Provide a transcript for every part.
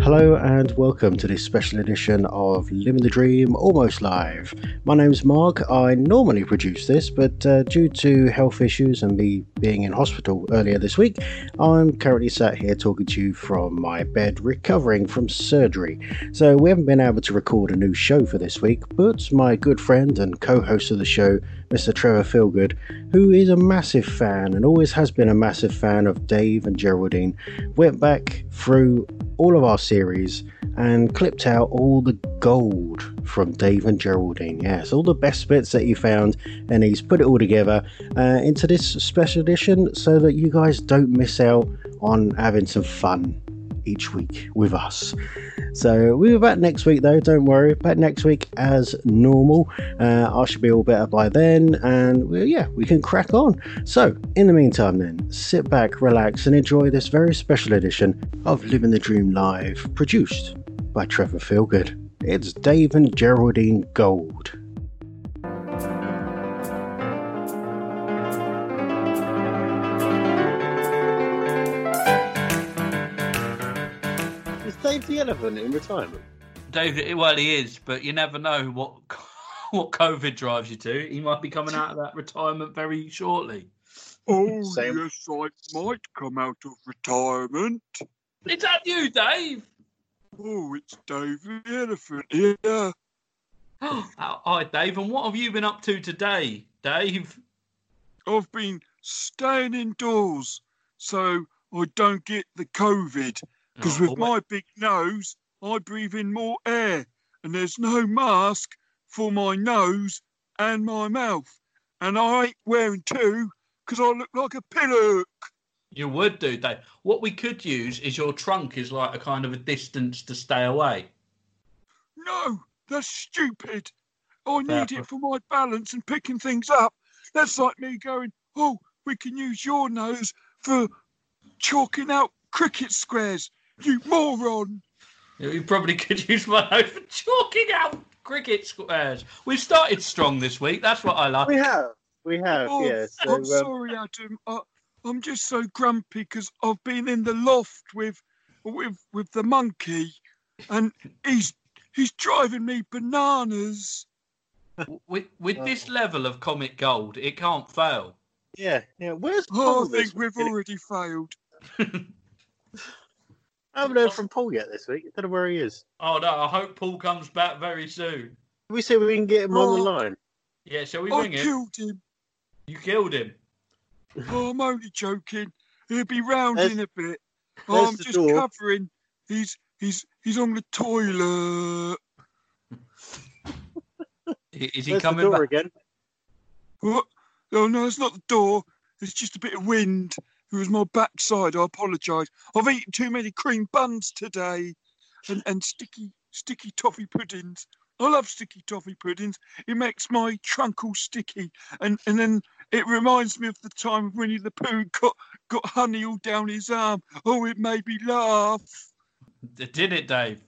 Hello and welcome to this special edition of Living the Dream Almost Live. My name's Mark. I normally produce this, but uh, due to health issues and me being in hospital earlier this week, I'm currently sat here talking to you from my bed recovering from surgery. So we haven't been able to record a new show for this week, but my good friend and co host of the show, Mr. Trevor Feelgood, who is a massive fan and always has been a massive fan of Dave and Geraldine, went back through all of our series and clipped out all the gold from Dave and Geraldine. Yes, all the best bits that you found, and he's put it all together uh, into this special edition so that you guys don't miss out on having some fun each week with us. So we'll be back next week, though. Don't worry, back next week as normal. Uh, I should be all better by then, and well, yeah, we can crack on. So, in the meantime, then sit back, relax, and enjoy this very special edition of Living the Dream Live, produced by Trevor Feelgood. It's Dave and Geraldine Gold. Is Dave the elephant in retirement? David, well, he is, but you never know what what COVID drives you to. He might be coming out of that retirement very shortly. Oh, Same. yes, I might come out of retirement. Is that you, Dave? Oh, it's David the Elephant here. Oh, Hi, Dave. And what have you been up to today, Dave? I've been staying indoors so I don't get the COVID because Oh, with my big nose, I breathe in more air and there's no mask for my nose and my mouth. And I ain't wearing two because I look like a pillock. You would do, Dave. What we could use is your trunk is like a kind of a distance to stay away. No, that's stupid. Fair I enough. need it for my balance and picking things up. That's like me going, oh, we can use your nose for chalking out cricket squares. You moron. You probably could use my nose for chalking out cricket squares. We've started strong this week. That's what I like. We have. We have, Oh, yeah. I'm So, um, sorry, Adam. I, I'm just so grumpy because I've been in the loft with, with, with the monkey, and he's he's driving me bananas. With, with this level of comic gold, it can't fail. yeah, yeah. Where's Paul? Oh, I this think we've week? already failed. I haven't heard from Paul yet this week. I don't know where he is. Oh no, I hope Paul comes back very soon. We see if we can get him on the Oh. line. Yeah, shall we I ring him? killed him. You killed him. Oh, I'm only joking. He'll be round There's- in a bit. there's Oh, I'm the just door. covering. He's he's he's on the toilet. I- Is he There's the coming door back? again. What? Oh no, it's not the door. It's just a bit of wind. It was my backside. I apologise. I've eaten too many cream buns today, and and sticky sticky toffee puddings. I love sticky toffee puddings. It makes my trunk all sticky, and and then it reminds me of the time Winnie the Pooh got got honey all down his arm. Oh, it made me laugh. D- Did it, Dave?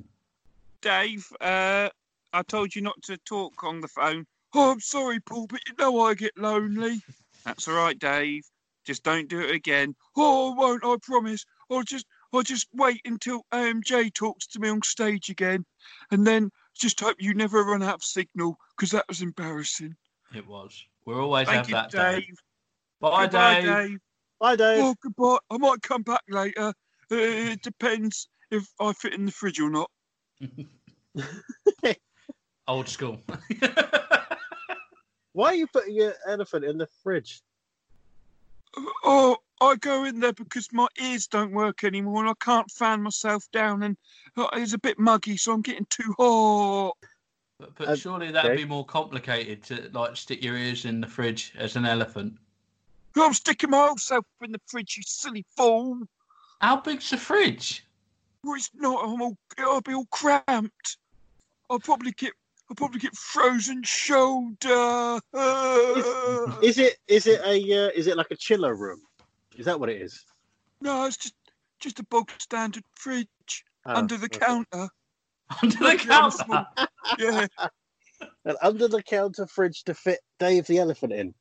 Dave, uh, I told you not to talk on the phone. Oh, I'm sorry, Paul, but you know I get lonely. That's all right, Dave. Just don't do it again. Oh, I won't. I promise. I'll just, I'll just wait until AMJ talks to me on stage again, and then just hope you never run out of signal because that was embarrassing. It was. We'll always Thank have you, that, Dave. Dave. Bye, Goodbye, Dave. Bye, Dave. Oh, goodbye. I might come back later. Uh, it depends if I fit in the fridge or not. Old school. Why are you putting your elephant in the fridge? Oh, I go in there because my ears don't work anymore and I can't fan myself down and uh, it's a bit muggy, so I'm getting too hot. but, but Uh, surely that'd Dave? be more complicated to like stick your ears in the fridge as an elephant. Oh, I'm sticking my old self in the fridge, you silly fool. How big's the fridge? Well, it's not. I'm all, I'll be all cramped. I'll probably get I'll probably get frozen shoulder. Is it is it a uh, is it like a chiller room? Is that what it is? no, it's just just a bog standard fridge Oh, under the okay. counter. Under the counter. Yeah. An under the counter fridge to fit Dave the elephant in.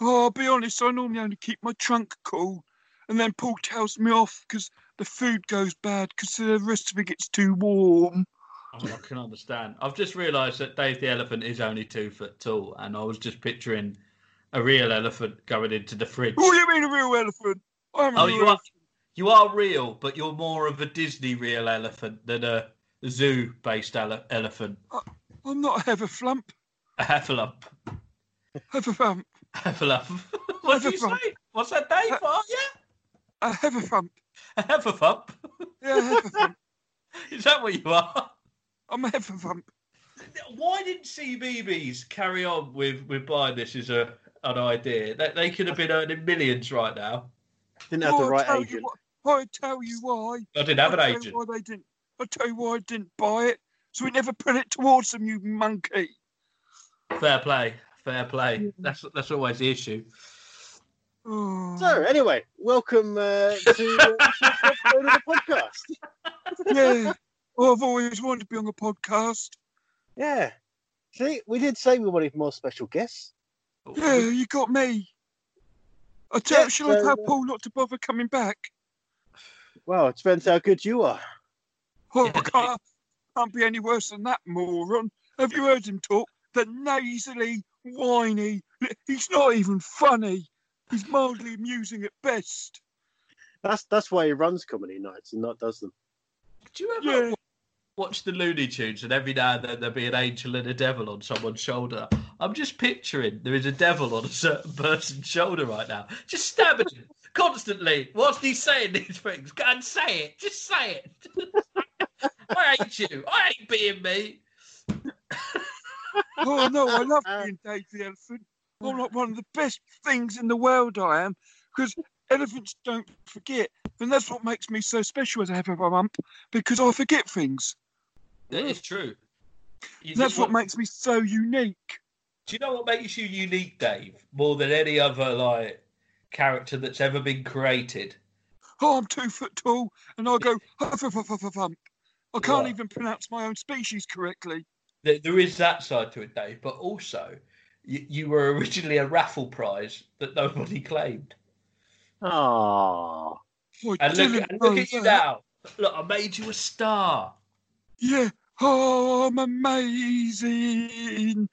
Oh, I'll be honest, I normally only keep my trunk cool. And then Paul tells me off because the food goes bad because the rest of it gets too warm. I mean, I can understand. I've just realised that Dave the elephant is only two foot tall, and I was just picturing a real elephant going into the fridge. Oh, you mean a real elephant? I'm Oh, a real you are, you are real, but you're more of a Disney real elephant than a zoo-based ele- elephant. I'm not a Heatherflump. A heffalump. Heatherflump. Heffalump. what did you Heffalump. say? What's that, Dave? Oh, yeah. A Heatherflump. A heffalump. Yeah, a Heatherflump. Is that what you are? I'm a Heatherflump. Why didn't CBBS carry on with, with buying this as a an idea? They, they could have been earning millions right now. Didn't have Oh, the I'll right tell you agent. why- I tell you why. I didn't have an I'll tell you agent. Why they didn't. I tell you why I didn't buy it. So we never put it towards them, you monkey. Fair play. Fair play. That's that's always the issue. Oh. So anyway, welcome uh, to uh, episode of the podcast. yeah. Oh, I've always wanted to be on a podcast. Yeah. See, we did say we wanted more special guests. Yeah, you got me. I tell Yeah, shall I so, tell uh, Paul not to bother coming back? Well, it depends how good you are. Oh, Yeah. I can't, can't be any worse than that moron. Have you heard him talk? The nasally, whiny. He's not even funny. He's mildly amusing at best. That's that's why he runs comedy nights and not does them. Do you ever Yeah. watch the Looney Tunes and every now and then there'll be an angel and a devil on someone's shoulder? I'm just picturing there is a devil on a certain person's shoulder right now, just stabbing him constantly whilst he's saying these things. Go and say it. Just say it. I hate you. I hate being me. Oh, no, I love Uh, being Dave the Elephant. I'm like one of the best things in the world I am because elephants don't forget. And that's what makes me so special as a hippopotamump because I forget things. That is true. You That's do- what makes me so unique. Do you know what makes you unique, Dave, more than any other like character that's ever been created? oh, I'm two foot tall, and I go, huff, huff, huff, huff, huff, hump. I can't Right. even pronounce my own species correctly. There, there is that side to it, Dave, but also you, you were originally a raffle prize that nobody claimed. Ah, Oh, I And look, didn't and look know at you that. now. Look, I made you a star. Yeah. Oh, I'm amazing.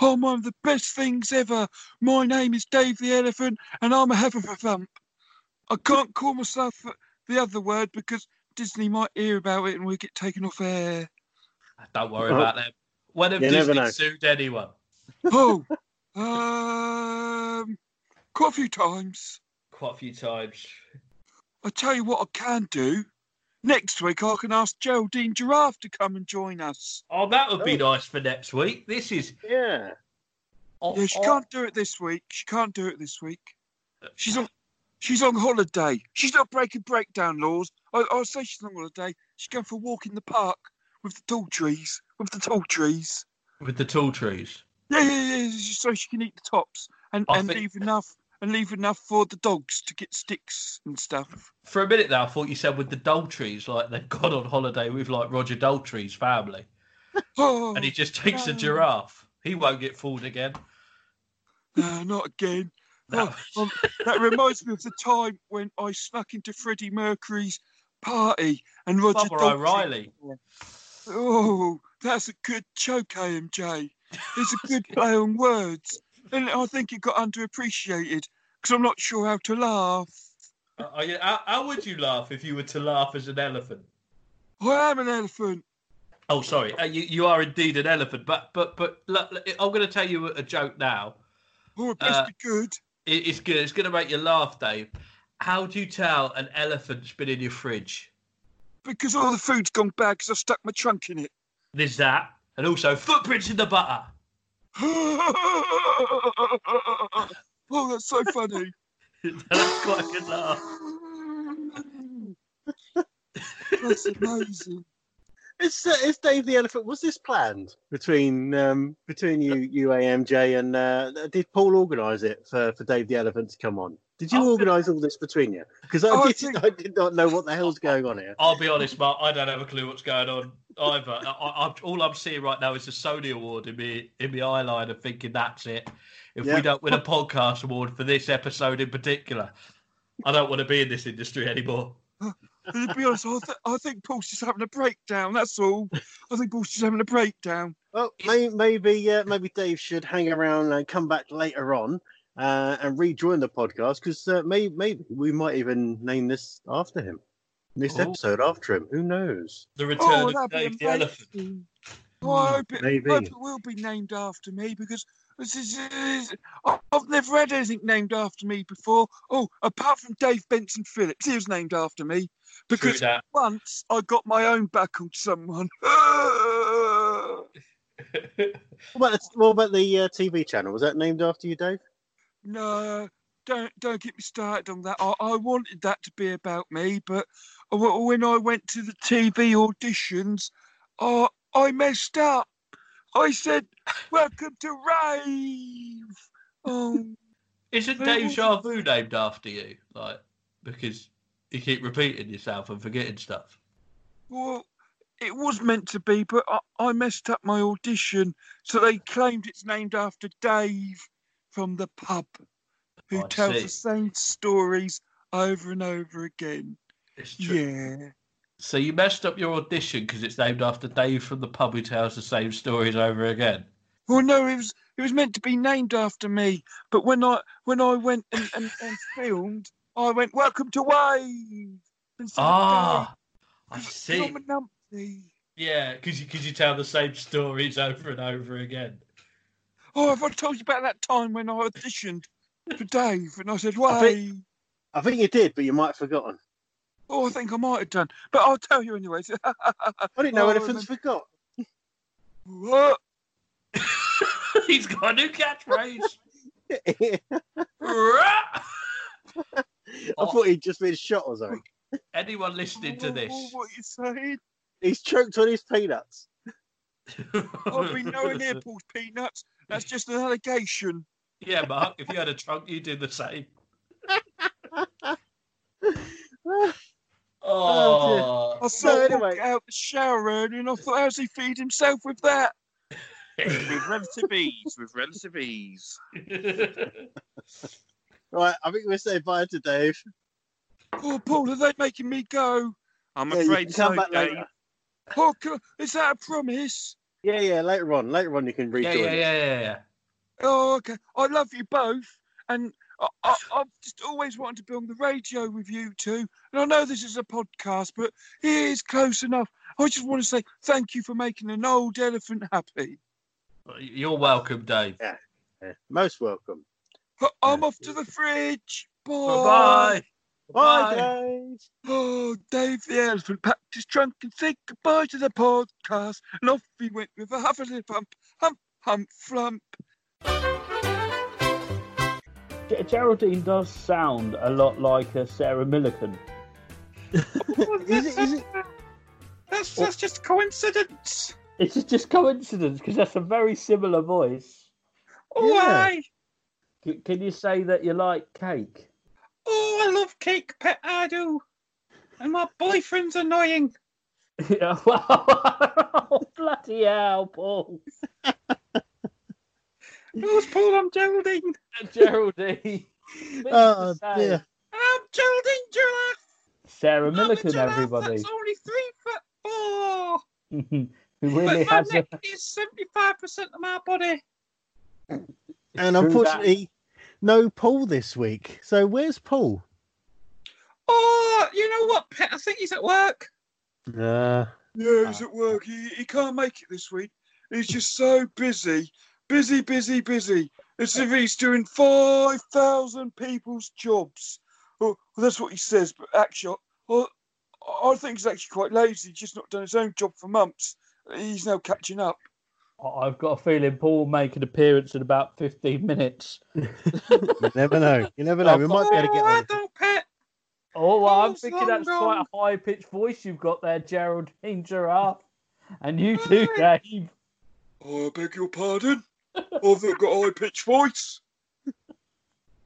I'm one of the best things ever. My name is Dave the Elephant, and I'm a huff, huff, huff, hump. I can't call myself the other word because Disney might hear about it and we get taken off air. Ah, Don't worry Well, about them. When have Uh-huh. you never Disney know. sued anyone? Oh, um, quite a few times. Quite a few times. I tell you what I can do. Next week I can ask Geraldine Giraffe to come and join us. Oh, that would be Oh. nice for next week. This is. yeah. Oh, Yeah, she oh, can't do it this week. She can't do it this week. She's on she's on holiday. She's not breaking breakdown laws. I, I say she's on holiday. She's going for a walk in the park with the tall trees. With the tall trees. With the tall trees. Yeah, yeah, yeah. So she can eat the tops and, I and think- leave enough and leave enough for the dogs to get sticks and stuff. For a minute there, I thought you said with the Daltrees, like they've gone on holiday with like Roger Daltrey's family, Oh, and he just takes a no. giraffe. He won't get fooled again. no, not again. No. Oh, um, that reminds me of the time when I snuck into Freddie Mercury's party and Roger Bubba Daltrey- O'Reilly. Oh, that's a good choke, AMJ. It's a good play on words, and I think it got underappreciated because I'm not sure how to laugh. Uh, Are you, how, how would you laugh if you were to laugh as an elephant? I am an elephant. Oh, sorry, uh, you, you are indeed an elephant. But but but look, look, I'm going to tell you a joke now. Oh, it must Uh, be good. It, it's good. It's going to make you laugh, Dave. How do you tell an elephant's been in your fridge? Because all the food's gone bad because I've stuck my trunk in it. There's that, and also footprints in the butter. oh, that's so funny. That's quite a good laugh. That's amazing. It's uh, it's Dave the Elephant. Was this planned between um, between you, you AMJ, and uh, did Paul organise it for, for Dave the Elephant to come on? Did you I- organise all this between you? Because I, Oh, I did, think- I did not know what the hell's going on here. I'll be honest, Mark. I don't have a clue what's going on either. I, I, I- all I'm seeing right now is the Sony Award in me in my eyeliner, thinking that's it. If Yeah. we don't win a podcast award for this episode in particular, I don't want to be in this industry anymore. And to be honest, I, th- I think Paul's just having a breakdown. That's all. I think Paul's just having a breakdown. Well, may, maybe uh, maybe Dave should hang around and come back later on uh, and rejoin the podcast because uh, may, maybe we might even name this after him, this Ooh. episode after him. Who knows? The Oh, return of that'd be Dave the Elephant. amazing. Oh, I hope it, Maybe. hope it will be named after me because this is, is- I- I've never had anything named after me before. Oh, apart from Dave Benson Phillips, he was named after me True because that. once I got my own back on someone. Ah! no, What about the, what about the uh, TV channel? Was that named after you, Dave? don't don't get me started on that. I, I wanted that to be about me, but w- when I went to the TV auditions, I I messed up. I said, "Welcome to rave." Oh. Isn't Who Dave was- Jarvu named after you? Like because you keep repeating yourself and forgetting stuff. Well, it was meant to be, but I, I messed up my audition, so they claimed it's named after Dave from the pub, who Oh, I tells see. the same stories over and over again. It's true. Yeah. So you messed up your audition because it's named after Dave from the pub who tells the same stories over again. Well, no, it was it was meant to be named after me, but when I when I went and, and, and filmed, I went welcome to Wave instead of Ah, I Dave. 'cause see. I'm a numpty. Yeah, because you, 'cause you tell the same stories over and over again. Oh, have I told you about that time when I auditioned for Dave and I said I think- Wave? I think you did, but you might have forgotten. Oh, I think I might have done, but I'll tell you anyways. I didn't know Oh, I elephants forgot. What? He's got a new catchphrase. I Rah! thought he'd just been shot or something. Anyone listening to Wha- this? wha- What you saying? He's choked on his peanuts. I've been nowhere near Paul's peanuts. That's just an allegation. Yeah, Mark, if you had a trunk, you'd do the same. Oh, I saw Paul anyway. get out the shower early, and I thought, how's he feed himself with that? with relative ease, with relative ease. Right, I think we'll say bye to Dave. Oh, Paul, are they making me go? I'm Yeah, you afraid can so, come back Dave. later. Oh, c- is that a promise? Yeah, yeah, later on. Later on, you can yeah, rejoin. yeah, yeah, us. yeah, yeah. Oh, okay. I love you both, and I, I, I've just always wanted to be on the radio with you two. And I know this is a podcast, but it is close enough. I just want to say thank you for making an old elephant happy. You're welcome, Dave. Yeah, Most welcome. I- I'm off to the fridge. Bye. Bye. Bye, Bye. Dave. Oh, Dave the elephant packed his trunk and said goodbye to the podcast, and off he went with a hufflepuff, hump, hump, flump. G- Geraldine does sound a lot like a Sarah Millican. Is it, is it, Oh, That's that's just a coincidence. It's just- just coincidence because that's a very similar voice. Oh, Yeah. I, C- Can you say that you like cake? oh, I love cake, pet. I do. And my boyfriend's annoying. Yeah, well, Oh, bloody hell, Paul. Who's Paul? I'm Geraldine. Geraldine. Things to Oh, say. dear. I'm Geraldine Giraffe. Sarah I'm a Millican, giraffe everybody. That's only three foot four. Who really but my has a. neck is seventy-five percent of my body. and True that. unfortunately, no Paul this week. So where's Paul? Oh, you know what, Pet? I think he's at work. Uh, Yeah, he's at work. He, he can't make it this week. He's just so busy, busy, busy, busy. It's as if he's doing five thousand people's jobs. Oh, Well, that's what he says, but actually, I, I I think he's actually quite lazy. He's just not done his own job for months. He's now catching up. I- Oh, I've got a feeling Paul will make an appearance in about 15 minutes. you never know. You never know. We might be able to get I on. don't pet. Oh, well, I'm Paul's thinking long that's quite gone. a high pitched voice you've got there, Geraldine Giraffe. And you Oh, too, Dave. I beg your pardon. I've not got high pitched voice.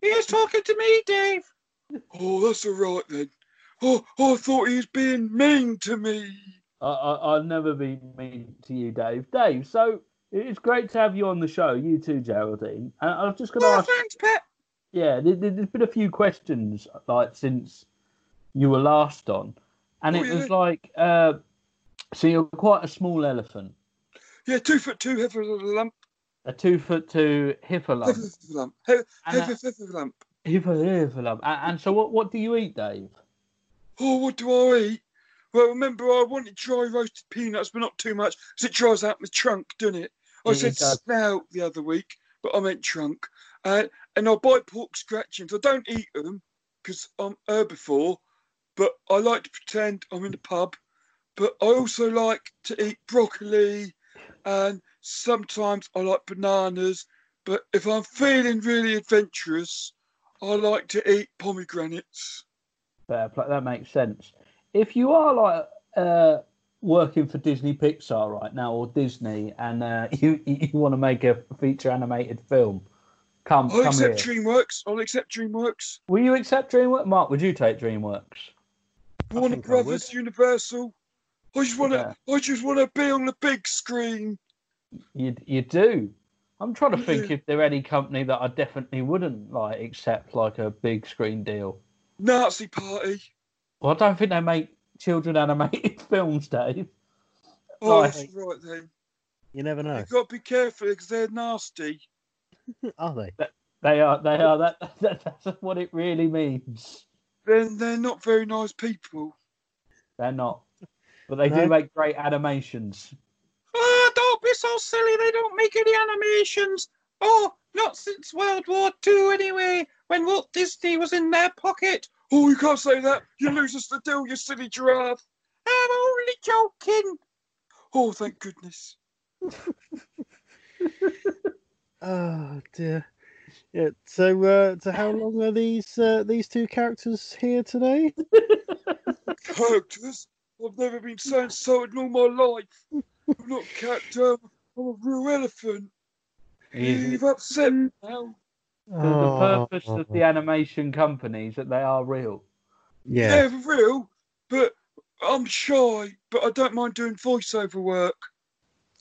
He was talking to me, Dave. Oh, that's all right then. Oh, I thought he was being mean to me. I, I, I'll never be mean to you, Dave. Dave, so it's great to have you on the show, you too, Geraldine. And I was just going to Oh, ask, thanks, Pet. yeah, there, there- there's been a few questions like since you were last on, and Oh, it was yeah. like, uh, so you're quite a small elephant, Yeah, two foot two, heifer of a lump, a two foot two hippolump, heifer of a lump, he- and, uh, heifer heifer of a lump. a- hippo- hippolump. And, and so what? What do you eat, Dave? Oh, what do I eat? Well, remember, I wanted dry roasted peanuts, but not too much, 'cause it dries out my trunk, doesn't it? I Yeah, it said does. snout the other week, but I meant trunk. Uh, and I buy pork scratchings. I don't eat them because I'm herbivore, but I like to pretend I'm in the pub. But I also like to eat broccoli, and sometimes I like bananas. But if I'm feeling really adventurous, I like to eat pomegranates. Fair play. That makes sense. If you are like uh, working for Disney Pixar right now or Disney, and uh, you you want to make a feature animated film, come I'll come here. accept DreamWorks. I'll accept DreamWorks. Will you accept DreamWorks? Mark, would you take DreamWorks? Warner think I would. Brothers, Universal. I just want to. I just want to be on the big screen. You you do. I'm trying to think Yeah. if there any company that I definitely wouldn't like accept like a big screen deal. Nazi Party. Well, I don't think they make children animated films, Dave. Oh, Right. that's right then. You never know, You've got to be careful because they're nasty. are they? They are they are that, that that's what it really means. Then they're not very nice people. They're not. But they No. do make great animations. Ah, don't be so silly. They don't make any animations. Oh, not since World War Two, anyway, when Walt Disney was in their pocket. Oh, you can't say that. You lose us the deal, you silly giraffe. I'm only joking. Oh, thank goodness. Oh dear. Yeah. So, uh, so how long are these uh, these two characters here today? characters. I've never been so insulted in all my life. I'm not a character. I'm a real elephant. You've upset me now. The, the Oh. purpose of the animation companies that they are real. yeah. They're real, but I'm shy. But I don't mind doing voiceover work.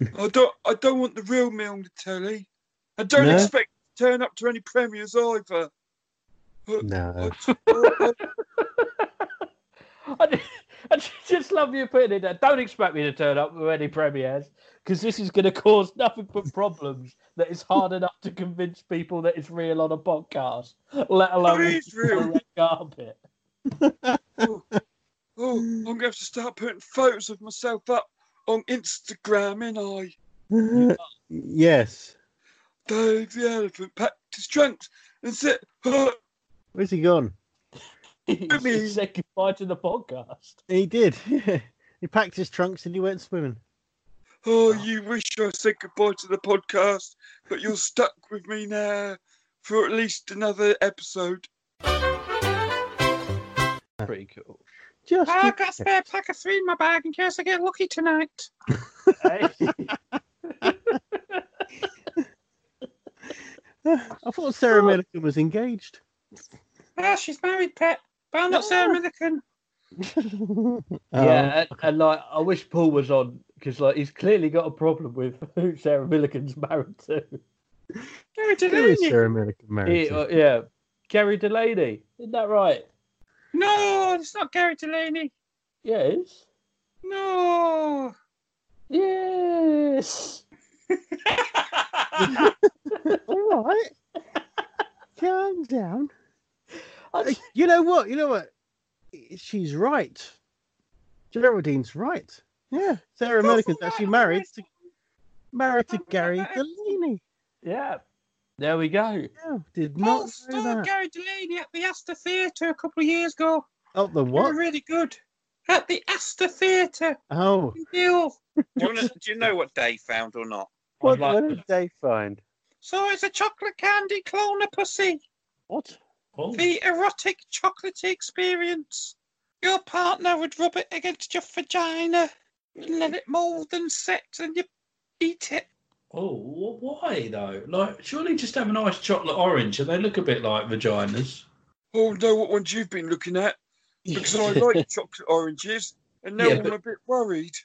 I don't. I don't want the real me on the telly. I don't No? expect to turn up to any premieres either. No. I- I just, I just love you putting it there. Don't expect me to turn up with any premieres because this is going to cause nothing but problems that it's hard enough to convince people that it's real on a podcast, let alone It is on real. red carpet. Oh, I'm going to have to start putting photos of myself up on Instagram, ain't I? yes. Dave the elephant packed his trunks and said, "Oh, Where's he gone? It's mean- just Say goodbye to the podcast. He did. he packed his trunks and he went swimming. oh, you wish I said goodbye to the podcast, but you're stuck with me now for at least another episode. Pretty cool. Just. got a spare pack of three in my bag in case I get lucky tonight. Hey, I thought Sarah Millican was engaged. Ah, she's married, pet, but I'm not Sarah Millican. Oh, Oh. Yeah, and, and like I wish Paul was on because like he's clearly got a problem with who Sarah Millican's married to. Gary Who is Delaney. Sarah Millican married He- to? uh, yeah, Gary Delaney, isn't that right? No, it's not Gary Delaney. Yes. No. Yes. All right. Calm down. Uh, I- You know what? You know what? She's right. Geraldine's right. Yeah. Sarah Millican's actually married to married to Gary Delaney. yeah. There we go. Yeah, did not know that. Gary Delaney at the Astor Theatre a couple of years ago. Oh, the They were what? really good at the Astor Theatre. Oh, Deal. Do you, wanna, do you know what Dave found or not? what, like- what did they find? So it's a chocolate candy clone of pussy. What? Oh, The erotic chocolatey experience. Your partner would rub it against your vagina let it mold and set and you eat it. Oh, wh- why though? Like, surely just have a nice chocolate orange, and they look a bit like vaginas. Oh, know what ones you've been looking at because I like chocolate oranges, and now Yeah, I'm but- a bit worried.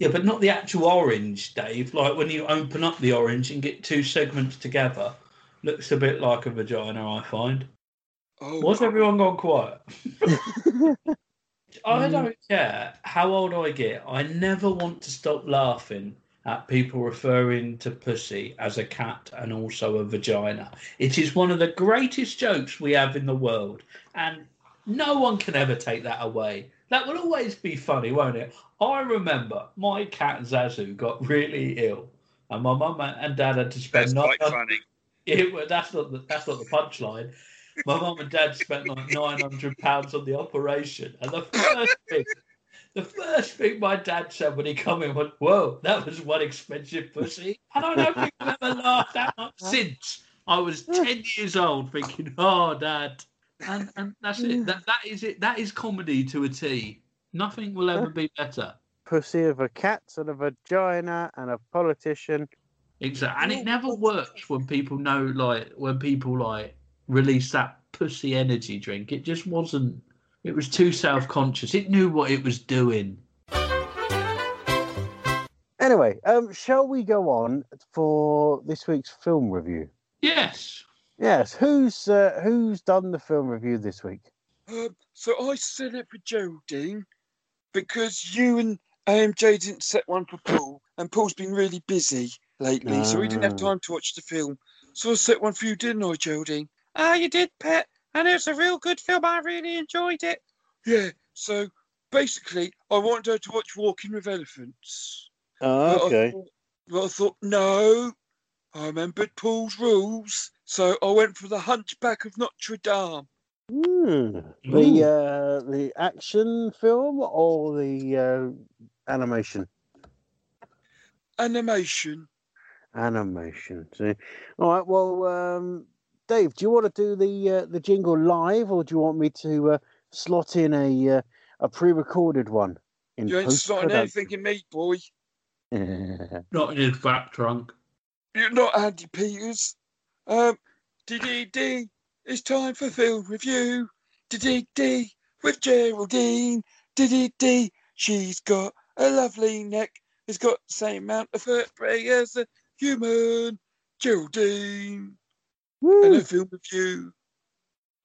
Yeah, but not the actual orange, Dave. Like when you open up the orange and get two segments together, looks a bit like a vagina. I find. Oh, Why's everyone gone quiet? I Mm. don't care how old I get. I never want to stop laughing at people referring to pussy as a cat and also a vagina. It is one of the greatest jokes we have in the world, and no one can ever take that away. That will always be funny, won't it? I remember my cat Zazu got really ill, and my mum and dad had to spend That's nine quite funny. it, well, that's not the, that's not the punchline. My mum and dad spent like nine hundred pounds on the operation, and the first thing, the first thing my dad said when he come in was, "Whoa, Oh, that was one expensive pussy." And I don't think I've ever laughed that much since I was ten years old, thinking, "Oh, dad," and and that's it. That that is it. That is comedy to a T. Nothing will ever be better. Pussy of a cat and a vagina and a politician. Exactly, and it never works when people know, like, when people like release that pussy energy drink. It just wasn't. It was too self-conscious. It knew what it was doing. Anyway, um, shall we go on for this week's film review? Yes. Yes, who's uh, who's done the film review this week? Um, so I set it for Geraldine because you and AMJ didn't set one for Paul, and Paul's been really busy lately, so he didn't have Ah. time to watch the film. So I set one for you, didn't I, Geraldine? Ah, you did, pet. And it was a real good film. I really enjoyed it. Yeah. So basically, I wanted her to watch Walking with Elephants. Oh, But I thought, but I thought no. I remembered Paul's rules, so I went for the Hunchback of Notre Dame. Hmm. Ooh. The uh, the action film or the uh, animation? Animation. Animation. See. All right. Well, um, Dave, do you want to do the uh, the jingle live, or do you want me to uh, slot in a uh, a pre-recorded one? In You ain't starting post-production? anything in me, boy. Not in his back trunk. You're not Andy Peters. Um, DDD, it's time for film review. DDD with Geraldine. DDD, she's got a lovely neck. It's got the same amount of vertebrae as a human. Geraldine, and Woo, a film review.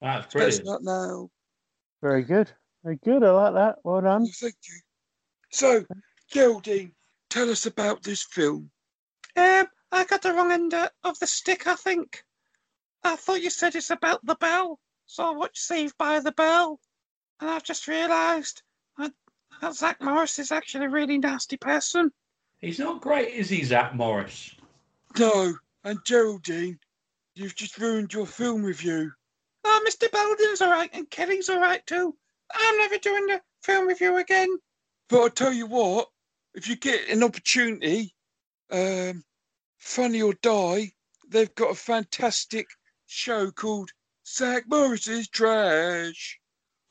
That's Best brilliant. not now. Very good. Very good. I like that. Well Oh, done. thank you. So, Geraldine, tell us about this film. Um, I got the wrong end uh, of the stick, I think. I thought you said it's about the bell, so I watched Saved by the Bell, and I've just realised that that Zach Morris is actually a really nasty person. He's not great, is he, Zach Morris? No, and Geraldine, you've just ruined your film review. Oh, Mr. Belden's all right, and Kelly's all right too. I'm never doing the film review again. But I tell you what, if you get an opportunity, um, Funny or Die, they've got a fantastic show called Zach Morris's Trash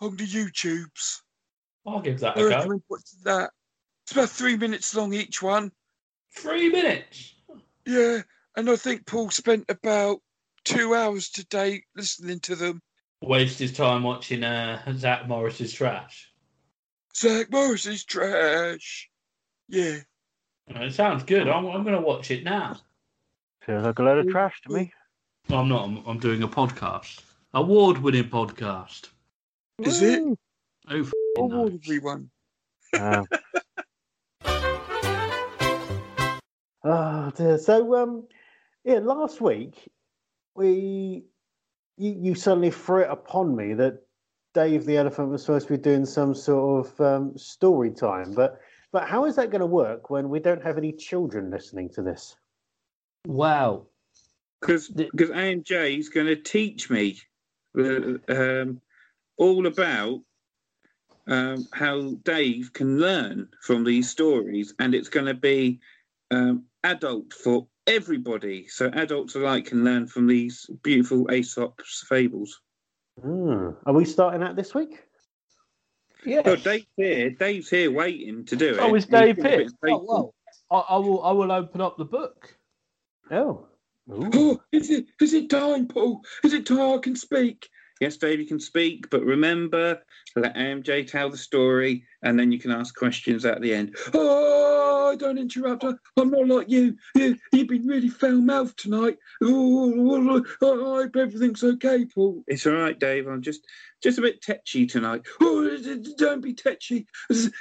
on the YouTubes. I'll give that I a go. recommend watching that. It's about three minutes long each one. Three minutes. Yeah, and I think Paul spent about two hours today listening to them. Waste his time watching uh, Zach Morris's trash. Zach Morris is trash. Yeah. Uh, It sounds good. I'm, I'm going to watch it now. Sounds like a load of trash to me. I'm not. I'm, I'm doing a podcast. Award-winning podcast. Is it? Woo. Oh, f- Oh, knows? everyone. Ah. oh dear. So um yeah, last week we you, you suddenly threw it upon me that Dave the Elephant was supposed to be doing some sort of um, story time, but but how is that going to work when we don't have any children listening to this? Wow. Because because AMJ is going to teach me uh, um, all about um, how Dave can learn from these stories, and it's going to be um, adult for everybody. So adults alike can learn from these beautiful Aesop's fables. Hmm. Are we starting that this week? Yes. God, Dave's here. Dave's here waiting to do it. Oh, is He's Dave been a here? bit Oh, well, I, I will. I will open up the book. Oh, Oh, is it is it time, Paul? Is it time I can speak? Yes, Dave, you can speak, but remember, let MJ tell the story, and then you can ask questions at the end. Oh, don't interrupt her. I'm not like you. you you've been really foul mouthed tonight. Oh, I hope everything's okay, Paul. It's all right, Dave. I'm just just a bit tetchy tonight. Oh, d- d- don't be tetchy.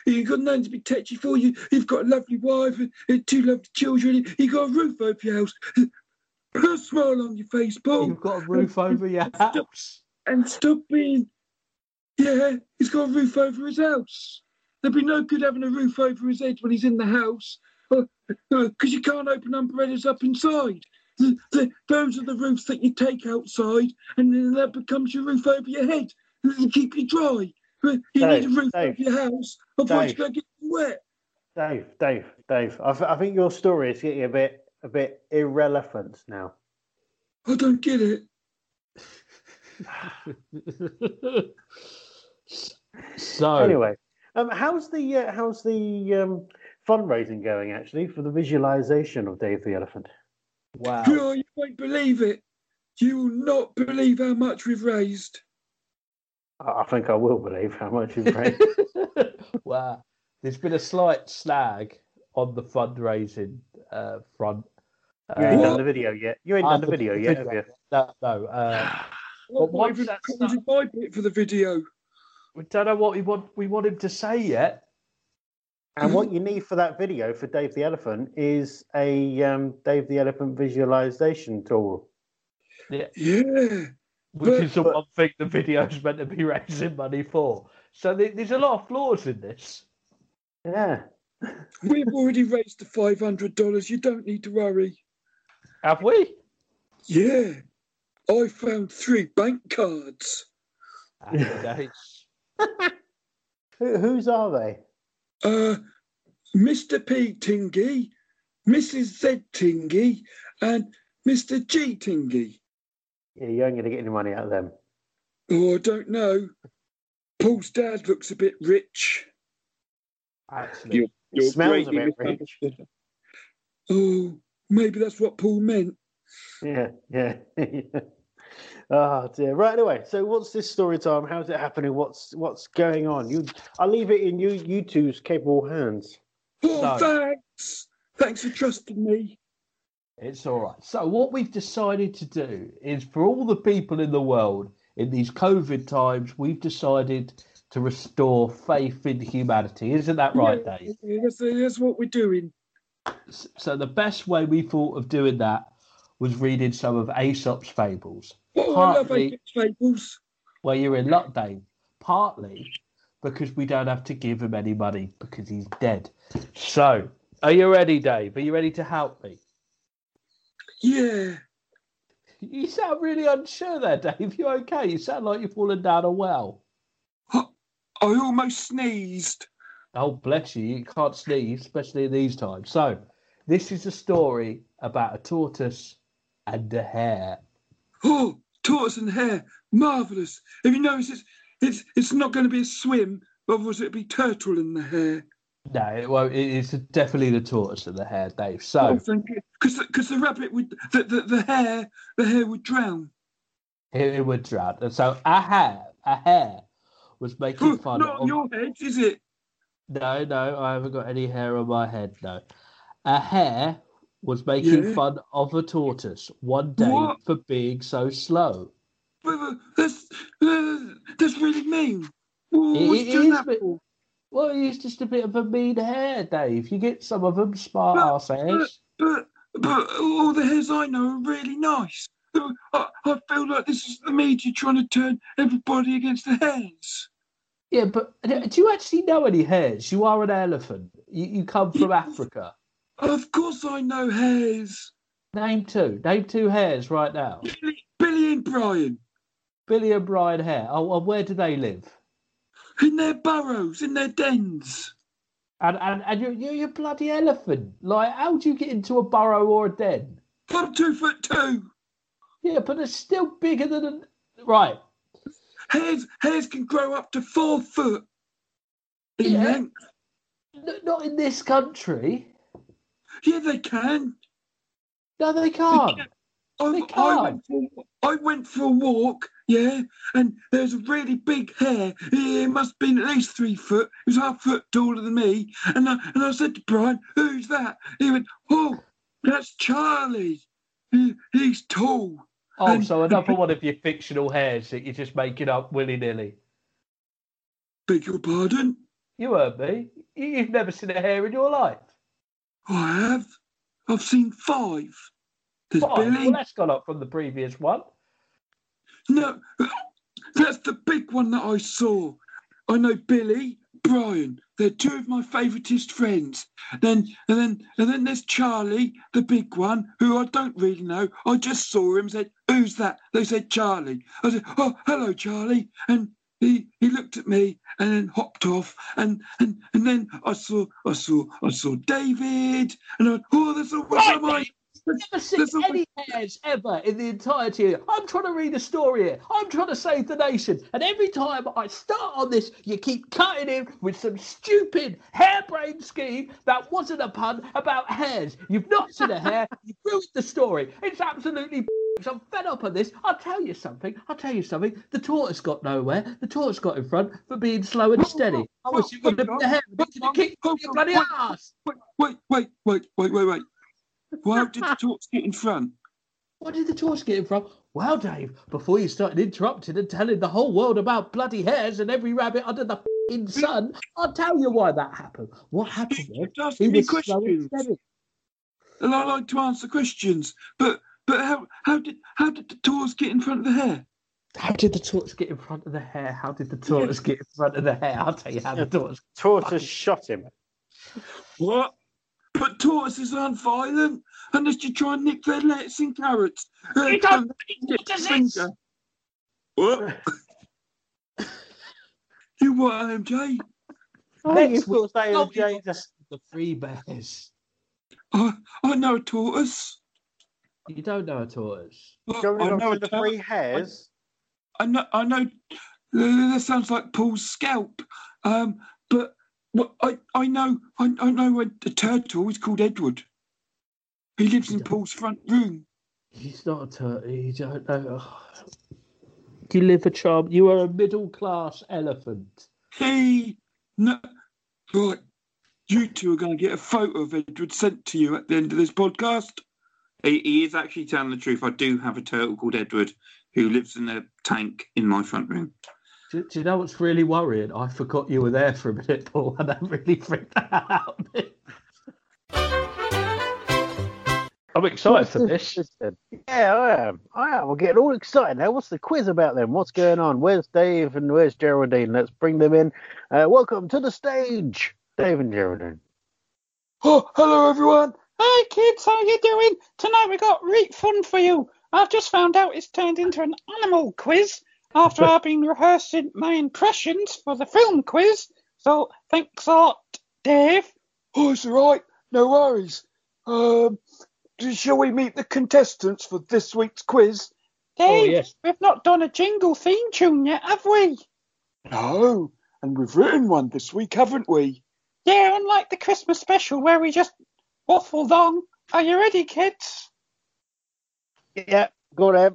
You've got nothing to be tetchy for. You, you've got a lovely wife and two lovely children. You've got a roof over your house. Put a smile on your face, Paul, You've got a roof over your house. and stop being. Yeah, he's got a roof over his house. There'd be no good having a roof over his head when he's in the house, because you can't open umbrellas up inside. Th- th- those are the roofs that you take outside, and then that becomes your roof over your head to keep you dry. You need a Dave, roof Dave, over your house, otherwise Dave. you're going to get wet. Dave, Dave, Dave. I, th- I think your story is getting a bit a bit irrelevant now. I don't get it. so Anyway, um, how's the uh, how's the um, fundraising going actually for the visualization of Dave the Elephant? wow. Oh, you won't believe it. You will not believe how much we've raised. I, I think I will believe how much you've raised. wow. There's been a slight snag on the fundraising uh, front. You ain't Uh, done the video yet. You ain't I done the haven't video done the yet, have video you? No, no. Uh, Well, But once I've that's recorded my bit for the video. we don't know what we want. We want him to say yet. And what you need for that video for Dave the Elephant is a um, Dave the Elephant visualization tool. Yeah. which But- is the but- one thing the video's meant to be raising money for. So there- there's a lot of flaws in this. Yeah. We've already raised the five hundred dollars. You don't need to worry. Have we? Yeah. I found three bank cards. Happy days. Who, whose are they? Uh Mr. P Tingy, Mrs. Z Tingy, and Mr. G Tingy. Yeah, you ain't going to get any money out of them. Oh, I don't know. Paul's dad looks a bit rich. Actually, You- It smells a bit rich. Oh, maybe that's what Paul meant. Yeah, yeah. oh dear. Right anyway, so what's this story time? How's it happening? What's what's going on? You I'll leave it in you you two's capable hands. No. Oh, thanks. Thanks for trusting me. It's all right. So, what we've decided to do is for all the people in the world in these COVID times, we've decided to restore faith in humanity. Isn't that right, Yeah, Dave? yeah, That's, that's what we're doing. S- So, the best way we thought of doing that was reading some of Aesop's fables. Oh, I love Partly- Apex Fables. Well, you're in lockdown, partly because we don't have to give him any money because he's dead. So, are you ready, Dave? Are you ready to help me? Yeah. You sound really unsure there, Dave. You okay? You sound like you've fallen down a well. I almost sneezed. Oh, bless you. You can't sneeze, especially in these times. So, this is a story about a tortoise and a hare. Oh, tortoise and hare, marvellous. If you notice, it's it's, it's not going to be a swim, otherwise it'll be turtle in the hare. No, it won't. it- It's definitely the tortoise and the hare, Dave. So, Oh, thank you. Because the rabbit would, the, the, the hare, the hare would drown. it, it would drown. And so, a hare, a hare was making Oh, fun not of. on your head, is it? No, no, I haven't got any hair on my head. No, a hare was making Yeah. fun of a tortoise one day What? for being so slow. But- but That's, uh, that's really mean. Well, It- what's it doing is that bit- for? Well, he's just a bit of a mean hare, Dave. You get some of them smart But- ass hares. But, but all the hairs I know are really nice. I, I feel like this is the media trying to turn everybody against the hairs. Yeah, but do you actually know any hares? You are an elephant. You, you come from Africa. Of course I know hairs. Name two. Name two hares right now. Billy, Billy and Brian, Billy and Brian Hare. Oh, and where do they live? in their burrows, in their dens. And and, and you're, you're you're a bloody elephant. Like, how do you get into a burrow or a den? I'm two foot two. Yeah, but it's still bigger than a... right. Hairs, hairs can grow up to four foot. In Yeah. them. N- not in this country. Yeah, they can. No, they can't. I, They Oh, I, went for, I went for a walk, yeah, and there was a really big hare. It must have been at least three foot. It was half a foot taller than me. And I, and I said to Brian, Who's that? He went, Oh, that's Charlie. He, he's tall. Oh, And- so another one of your fictional hairs that you're just making up willy nilly. Beg your pardon? You heard me. You- You've never seen a hair in your life. I have. I've seen five. There's Fine. Billy. Well, that's gone up from the previous one. No, that's the big one that I saw. I know Billy, Brian. They're two of my favouriteest friends. Then and then and then there's Charlie, the big one, who I don't really know. I just saw him. Said, "Who's that?" They said, "Charlie." I said, "Oh, hello, Charlie." And he he looked at me and then hopped off. And and and then I saw I saw I saw David. And I went, "Oh, that's all. What's Right, up, mate?" I've never seen There's a- any hairs ever in the entirety. of- I'm trying to read a story here. I'm trying to save the nation. And every time I start on this, you keep cutting in with some stupid harebrained scheme that wasn't a pun about hairs. You've not seen a hair. You've ruined the story. It's absolutely. b****. I'm fed up of this. I'll tell you something. I'll tell you something. The tortoise got nowhere. The tortoise got in front for being slow and Well, steady. I well, wish it would have been well, the hare. but It well, kicked well, me in the bloody well, ass. Wait, wait, wait, wait, wait, wait, wait. Why did the torch get in front? Where did the torch get it from? Well, Dave, before you started interrupting and telling the whole world about bloody hares and every rabbit under the fing sun, I'll tell you why that happened. What happened was Just ask he me was slow and questions, steady. and I like to answer questions. But but how how did how did the torch get in front of the hare? How did the torch get in front of the hare? How did the tortoise get in front of the hare? I'll tell you how the tortoise. Tortoise shot him. What? But tortoises aren't violent unless you try and nick their lettuce and carrots. Uh, You don't and finger. What? you what, LMJ? Oh, Next you thought that Oh, was you- Jada. The three bears. I I know a tortoise. You don't know a tortoise. I, I Going know on a to the tur- three hairs. I know, I know uh, that sounds like Paul's scalp, um, but what I, I know I, I know a, a turtle is called Edward. He lives in Paul's front room. He's not a turtle. You don't know. You live a charm. You are a middle class elephant. He no, right. You two are going to get a photo of Edward sent to you at the end of this podcast. He, he is actually telling the truth. I do have a turtle called Edward who lives in a tank in my front room. Do, do you know what's really worrying? I forgot you were there for a minute, Paul, and that really freaked that out. I'm excited What's Yeah, I am. I am. I'm getting all excited now. What's the quiz about them? What's going on? Where's Dave and where's Geraldine? Let's bring them in. Uh, welcome to the stage, Dave and Geraldine. Oh, hello everyone. Hi kids, how you doing? Tonight we got great fun for you. I've just found out it's turned into an animal quiz after I've been rehearsing my impressions for the film quiz. So thanks a lot, Dave. Oh, it's all right. No worries. Um, shall we meet the contestants for this week's quiz? Dave, yes. we've not done a jingle theme tune yet, have we? No, and we've written one this week, haven't we? Yeah, unlike the Christmas special where we just waffled on. Are you ready, kids? Yeah, go there.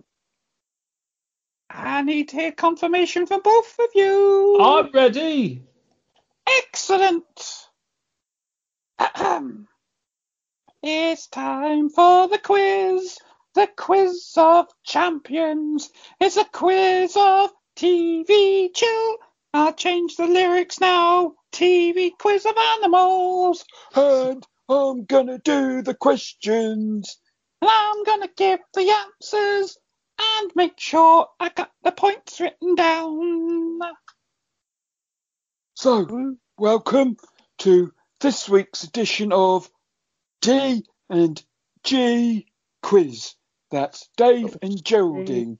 I need to hear confirmation from both of you. I'm ready. Excellent. Ahem. It's time for the quiz. The quiz of champions. It's a quiz of TV chill. I'll change the lyrics now. TV quiz of animals. And I'm gonna do the questions. And I'm gonna give the answers and make sure I got the points written down. So, welcome to this week's edition of D and G Quiz. That's Dave and Geraldine.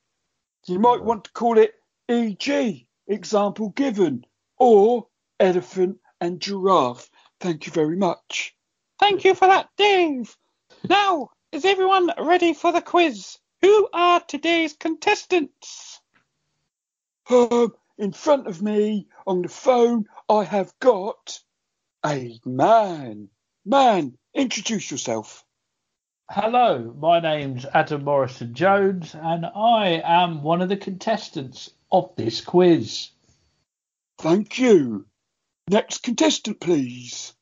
You might want to call it EG, example given, or elephant and giraffe. Thank you very much. Thank you for that, Dave. Now, is everyone ready for the quiz? Who are today's contestants? Um, in front of me on the phone, I have got a man. Man, introduce yourself. Hello, my name's Adam Morrison Jones, and I am one of the contestants of this quiz. Thank you. Next contestant, please.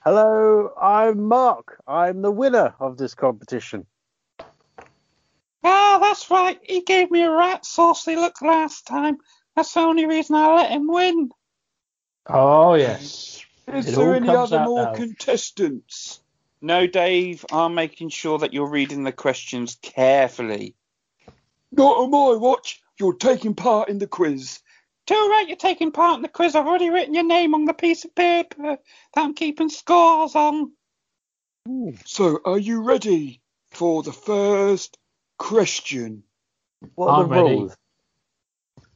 Hello, I'm Mark. I'm the winner of this competition. Ah, that's right. He gave me a rat saucy look last time. That's the only reason I let him win. Oh, yes. Is It there all any comes other out more now. contestants? No, Dave, I'm making sure that you're reading the questions carefully. Not on my watch. You're taking part in the quiz. Too right, you're taking part in the quiz. I've already written your name on the piece of paper that I'm keeping scores on. So, are you ready for the first question? What are I'm the ready. rules?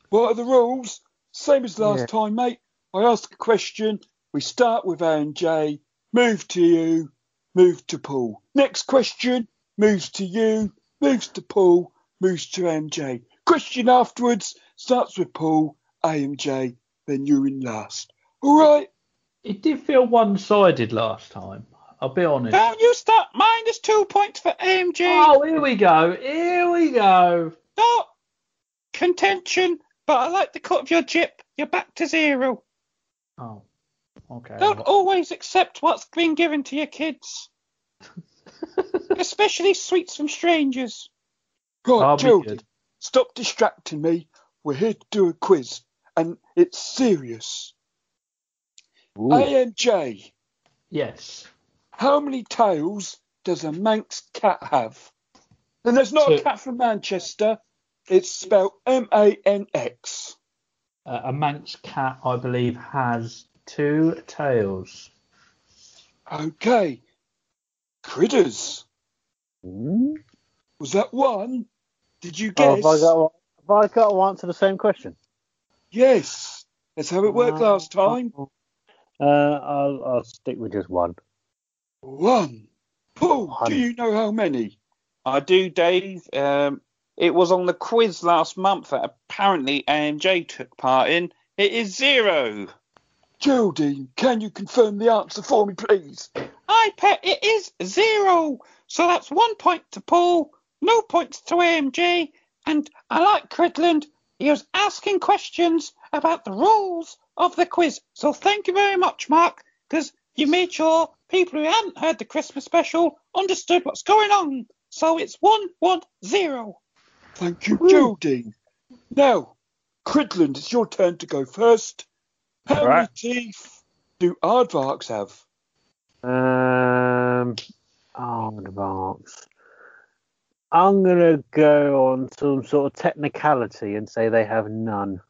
What are the rules? Same as last Yeah. time, mate. I ask a question. We start with A and J, move to you, move to Paul. Next question moves to you, moves to Paul, moves to AMJ. Question afterwards starts with Paul, AMJ, then you're in last. All right. It did feel one sided last time, I'll be honest. Don't you stop. Minus two points for AMG. Oh, here we go. Here we go. Not contention, but I like the cut of your jip. You're back to zero. Oh, okay. Don't always accept what's been given to your kids, especially sweets from strangers. I'll Right, be children, good. stop distracting me. We're here to do a quiz, and it's serious. AMJ, Yes. How many tails does a Manx cat have? And that's not a Two. cat from Manchester. It's spelled M A N X. Uh, a Manx cat, I believe, has two tails. Okay. Critters. Hmm? Was that one? Did you Oh, guess? have, I got, one- have I got to answer the same question? Yes. That's how it worked last time. Uh, I'll, I'll stick with just one. One. Paul, One. do you know how many? I do, Dave. Um, it was on the quiz last month that apparently AMJ took part in. It is zero. Geraldine, can you confirm the answer for me, please? I pet it is zero, so that's one point to Paul, no points to AMG, and I like Cridland. He was asking questions about the rules of the quiz, so thank you very much, Mark, because you made sure people who hadn't heard the Christmas special understood what's going on. So it's one one zero. Thank you, Geraldine. Now, Cridland, it's your turn to go first. How many Right. teeth do aardvarks have? Um, Aardvarks. I'm gonna go on some sort of technicality and say they have none.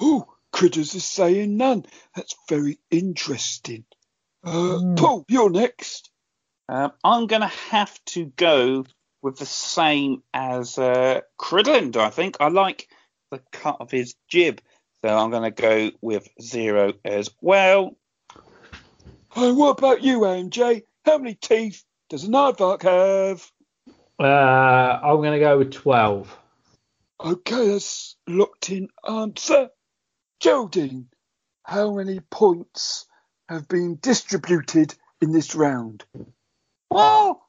Oh, Critters is saying none. That's very interesting. Uh, Hmm. Paul, you're next. Um, I'm going to have to go with the same as uh, Cridland, I think. I like the cut of his jib, so I'm going to go with zero as well. Uh, what about you, AMJ? How many teeth does an aardvark have? Uh, I'm going to go with 12. Okay, that's locked in answer. Geraldine, how many points have been distributed in this round? Well,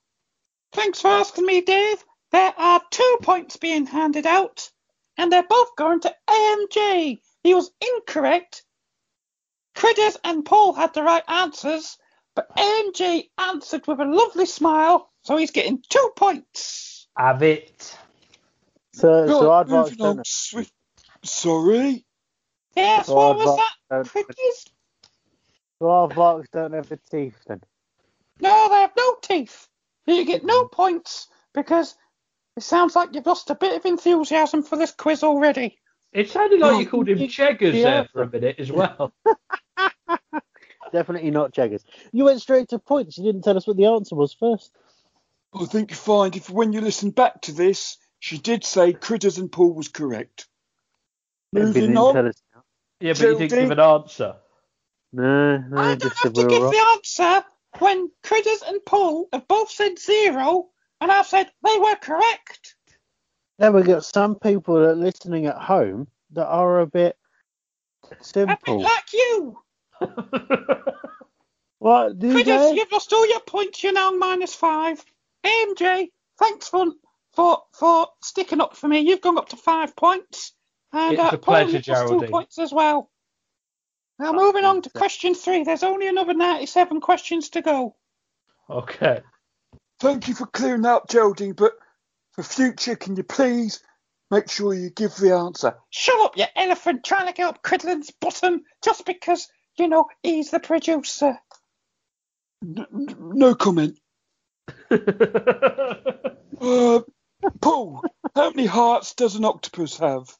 thanks for asking me, Dave. There are two points being handed out, and they're both going to AMJ. He was incorrect. Critters and Paul had the right answers, but AMJ answered with a lovely smile, so he's getting two points. Have it. So, so Right, Aardvarks moving on don't. swift. Sorry? Yes, So what was Aardvarks that? don't, Critters? so Aardvarks don't have the teeth then. No, they have no teeth. You get no points because it sounds like you've lost a bit of enthusiasm for this quiz already. It sounded like Oh, you called him Cheggers the there for a minute as well. Definitely not Jaggers. You went straight to points. You didn't tell us what the answer was first. I think you find if when you listen back to this, she did say Critters and Paul was correct. Maybe they Moving didn't on, tell us. Yeah, but you didn't Geraldine. give an answer. No, I no, don't just said have to we're give all right. the answer when Critters and Paul have both said zero, and I've said they were correct. Then we got some people that are listening at home that are a bit A bit Simple. like you. What do Critters, they? you've lost all your points. You're now minus five. AMJ, thanks for for for sticking up for me. You've gone up to five points, and It's uh, a Paul, pleasure, you've lost two Geraldine. points as well. Now moving on to question three. There's only another 97 questions to go. Okay. Thank you for clearing that up, Geraldine, but for future, can you please make sure you give the answer? Shut up, you elephant, trying to get up Cridlin's bottom just because you know he's the producer. N- n- no comment. Uh, Paul, how many hearts does an octopus have?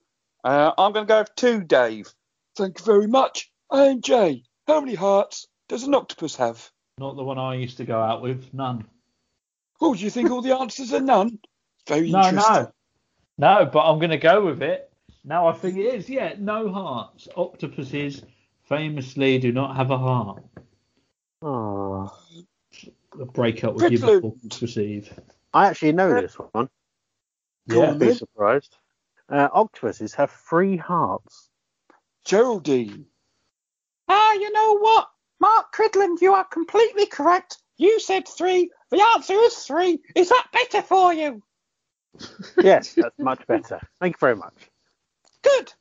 Uh, I'm going to go with two, Dave. Thank you very much. And Jay, how many hearts does an octopus have? Not the one I used to go out with. None. Oh, do you think all the answers are none? Very No, interesting. no. No, but I'm going to go with it. Now I think it is. Yeah, no hearts. Octopuses famously do not have a heart. Oh, The breakup with you Ritalin. before Christmas Eve. I actually know this one. Uh, Go You'll on be then. surprised. Uh, octopuses have three hearts. Geraldine. Ah, you know what, Mark Cridland, you are completely correct. You said three. The answer is three. Is that better for you? Yes, that's much better. Thank you very much. Good.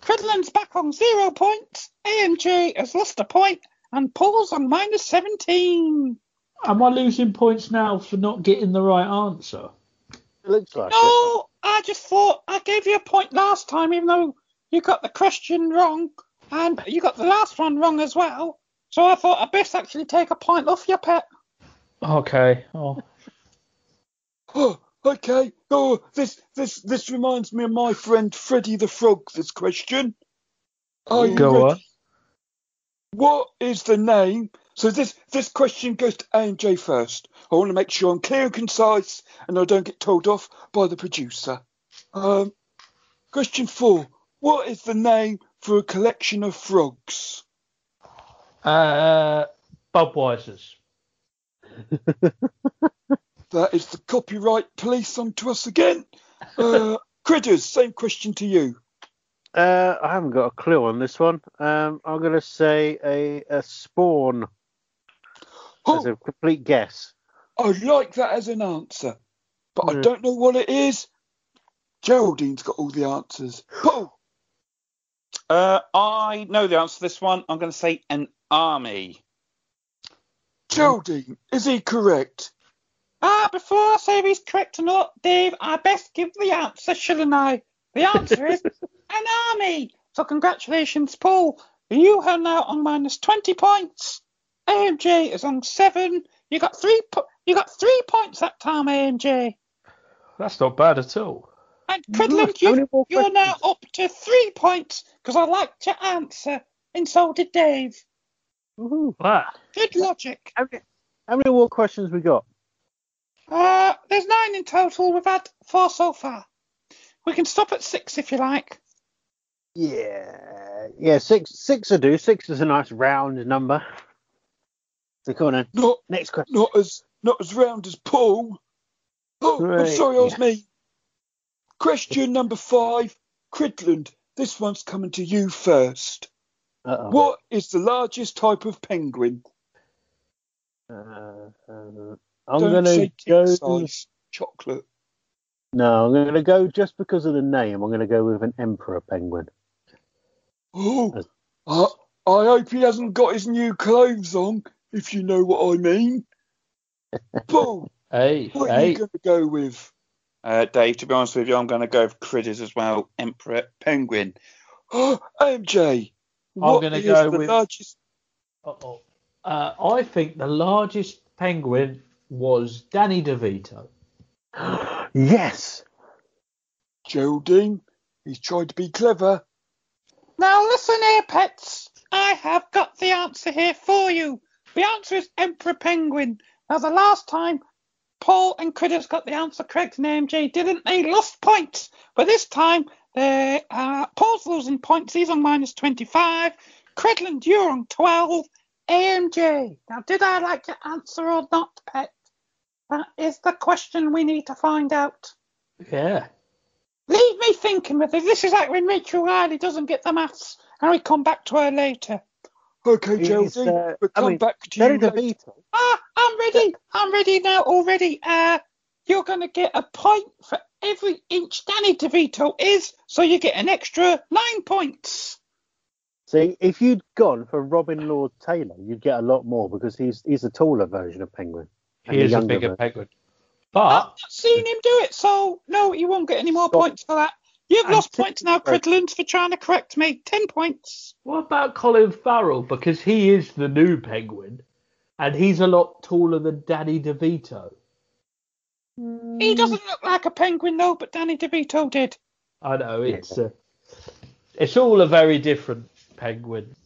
Cridland's back on zero points. AMJ has lost a point, and Paul's on minus 17. Am I losing points now for not getting the right answer? It looks like it. No, I just thought I gave you a point last time, even though you got the question wrong, and you got the last one wrong as well. So I thought I'd best actually take a point off your pet. Okay. Oh. Oh, okay. Oh, this this this reminds me of my friend Freddy the Frog. This question. Are you ready? Go on. What is the name? So this this question goes to A and J first. I want to make sure I'm clear and concise, and I don't get told off by the producer. Um, question four. What is the name for a collection of frogs? Uh, Budweiser's. That is the copyright police onto us again. Uh, Critters, same question to you. Uh, I haven't got a clue on this one. Um, I'm going to say a, a spawn as Oh, a complete guess. I like that as an answer, but I Yeah. don't know what it is. Geraldine's got all the answers. Paul, Uh, I know the answer to this one. I'm going to say an army. Geraldine, is he Um, correct? Ah, before I say if he's correct or not, Dave, I best give the answer, shouldn't I? The answer is an army. So congratulations, Paul. You are now on minus 20 points. AMJ is on seven. You got three. Po- you got three points that time, AMJ. That's not bad at all. And Nice, Cridland, how you, many more you're now questions? up to three points because I liked your answer, and so did Dave. Woohoo. Wow. Good logic. How many, how many more questions we got? Uh, there's nine in total. We've had four so far. We can stop at six if you like. Yeah, yeah, six six will do. Six is a nice round number. So go on then. Not Next question. not as not as round as Paul. Oh, I'm Right. sorry, I was me. Question number five, Cridland. This one's coming to you first. Uh-oh. What is the largest type of penguin? Uh, uh, I'm Don't gonna say go. king size chocolate. No, I'm gonna go just because of the name. I'm gonna go with an emperor penguin. Oh, As- Uh, I, I hope he hasn't got his new clothes on, if you know what I mean. Paul, Hey, what are you hey. going to go with? Uh, Dave, to be honest with you, I'm going to go with Critters as well. Emperor Penguin. Oh, MJ, I'm what going to is go the with. largest? Uh-oh. Uh, I think the largest penguin was Danny DeVito. Yes. Geraldine, he's tried to be clever. Now listen here, pets. I have got the answer here for you. The answer is Emperor Penguin. Now the last time Paul and Critters got the answer correct and AMJ didn't, they lost points. But this time, they, uh, Paul's losing points. He's on minus 25. Credland, you're on 12. AMJ. Now did I like your answer or not, pet? That is the question we need to find out. Yeah. Leave me thinking with this. This is like when Rachel Riley doesn't get the maths and we come back to her later. Okay, It is, Geraldine, uh, we'll I come mean, back to Danny you later. DeVito. Ah, I'm ready. I'm ready now already. Uh, you're going to get a point for every inch Danny DeVito is, so you get an extra nine points. See, if you'd gone for Robin Lord Taylor, you'd get a lot more because he's he's a taller version of Penguin. and He is a younger bigger version. penguin. I've But not seen him do it, so no, you won't get any more Stop. points for that. You've And lost two- points now, Cridlands, for trying to correct me. Ten points. what about Colin Farrell? Because he is the new penguin, and he's a lot taller than Danny DeVito. He doesn't look like a penguin though, but Danny DeVito did. I know Yeah. it's uh, it's all a very different penguin.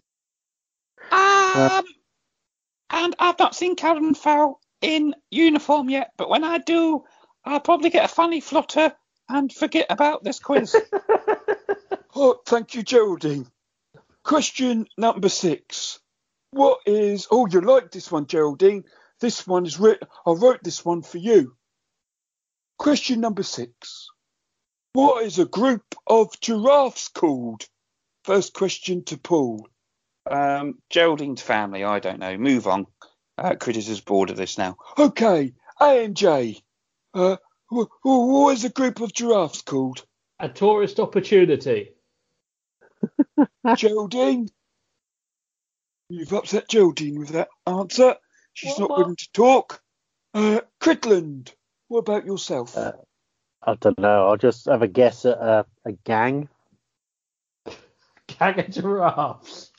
Um, and I've not seen Karen Farrell in uniform yet, but when I do, I'll probably get a funny flutter and forget about this quiz. Oh, thank you, Geraldine. Question number six. What is? Oh, you like this one, Geraldine. This one is writ. I wrote this one for you. Question number six. What is a group of giraffes called? First question to Paul. Um, Geraldine's family, I don't know. Move on. Uh, Critters bored of this now. Okay, A and J. Uh, wh- wh- what is a group of giraffes called? A tourist opportunity. Geraldine. You've upset Geraldine with that answer. She's What not about- willing to talk. Uh, Cridland, what about yourself? Uh, I don't know. I'll just have a guess at a, a gang. Gang of giraffes.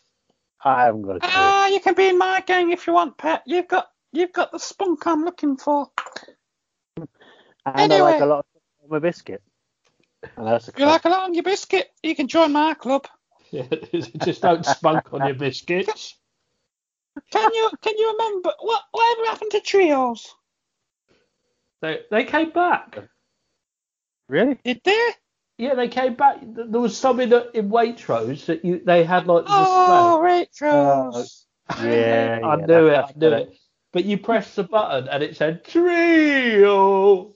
I haven't got a clue. Ah, you can be in my gang if you want, Pat. You've got you've got the spunk I'm looking for. and I like a anyway. lot of my biscuit. And that's a If you club. like a lot on your biscuit, you can join my club. Yeah, just don't spunk on your biscuits. Can you can you remember what whatever happened to trios? They they came back. Really? Did they? Yeah, they came back. Th- There was some in, in Waitrose that you they had like the Oh, right, Uh, trios. Yeah, display. I yeah, knew it. that's- I knew it. But you pressed the button and it said trio.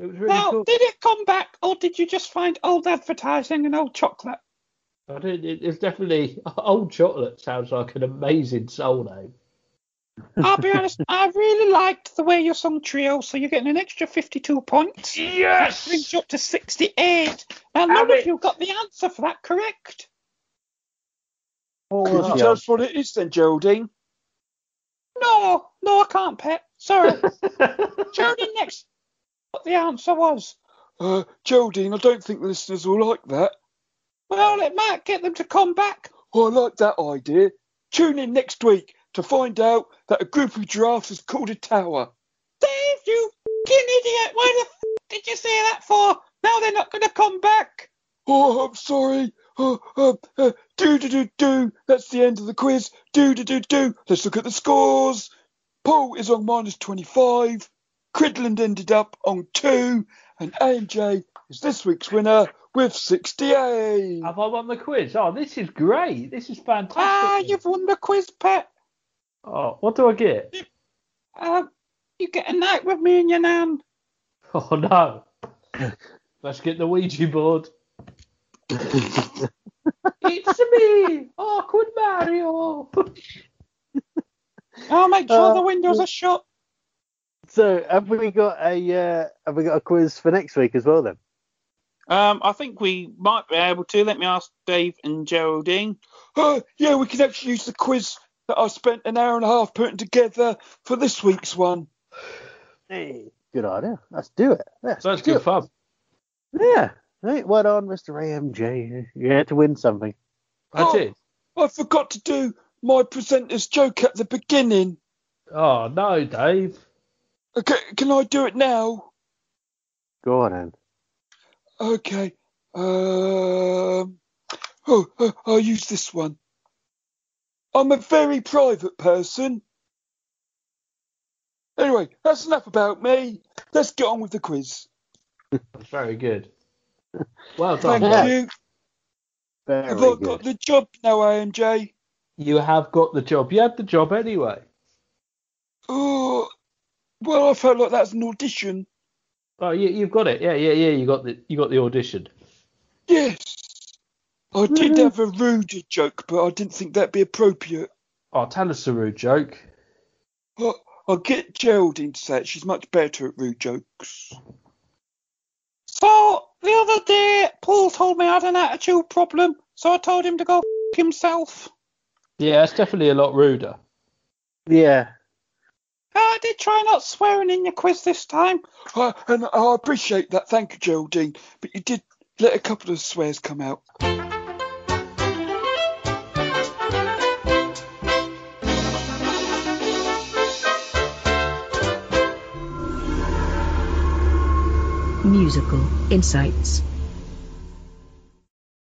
It was really now, cool. did it come back, or did you just find old advertising and old chocolate? I did, it, it's definitely old chocolate. Sounds like an amazing soul name. I'll be honest, I really liked the way you sung trio, so you're getting an extra 52 points. Brings Yes. you up to 68. Now, none of you got the answer for that correct. What Could was you the tell answer? us what it is then, Geraldine? No, no, I can't, Pet. Sorry. Tune in next. What the answer was. Uh, Geraldine, I don't think the listeners will like that. Well, it might get them to come back. Oh, I like that idea. Tune in next week to find out that a group of giraffes is called a tower. Dave, you fing idiot. Why the f did you say that for? Now they're not going to come back. Oh, I'm sorry. Oh, um, uh, do do do do. That's the end of the quiz. Do do do do. Let's look at the scores. Paul is on minus 25. Cridland ended up on two, and AMJ is this week's winner with 68. Have I won the quiz? Oh, this is great. This is fantastic. Ah, you've won the quiz, Pet. Oh, what do I get? Um, you get a night with me and your nan. Oh no. Let's get the Ouija board. it's me, awkward Oh, Mario. I'll make sure Uh, the windows are shut. So have we got a uh, have we got a quiz for next week as well then? Um, I think we might be able to. Let me ask Dave and Geraldine. Oh, yeah, we can actually use the quiz that I spent an hour and a half putting together for this week's one. Hey. Good idea. Let's do it. Let's That's do good it. fun. Yeah. Right, well done, Mr. AMJ. You had to win something. I did. I forgot to do my presenter's joke at the beginning. Oh no, Dave. Okay, can I do it now? Go on, Anne. Okay. Um. Oh, oh, I'll use this one. I'm a very private person. Anyway, that's enough about me. Let's get on with the quiz. That's very good. Well done. Thank Yeah. Dave. you. Very Have I good. got the job now, AMJ? You have got the job. You had the job anyway. Oh, well, I felt like that's an audition. Oh, you, you've got it. Yeah, yeah, yeah. You got the you got the audition. Yes. I did Mm-hmm. have a ruder joke, but I didn't think that'd be appropriate. Oh, tell us a rude joke. I, I'll get Geraldine to say it. She's much better at rude jokes. So the other day, Paul told me I had an attitude problem, so I told him to go f- himself. Yeah, it's definitely a lot ruder. Yeah. I did try not swearing in your quiz this time. I, and I appreciate that. Thank you, Geraldine. But you did let a couple of swears come out. Musical Insights.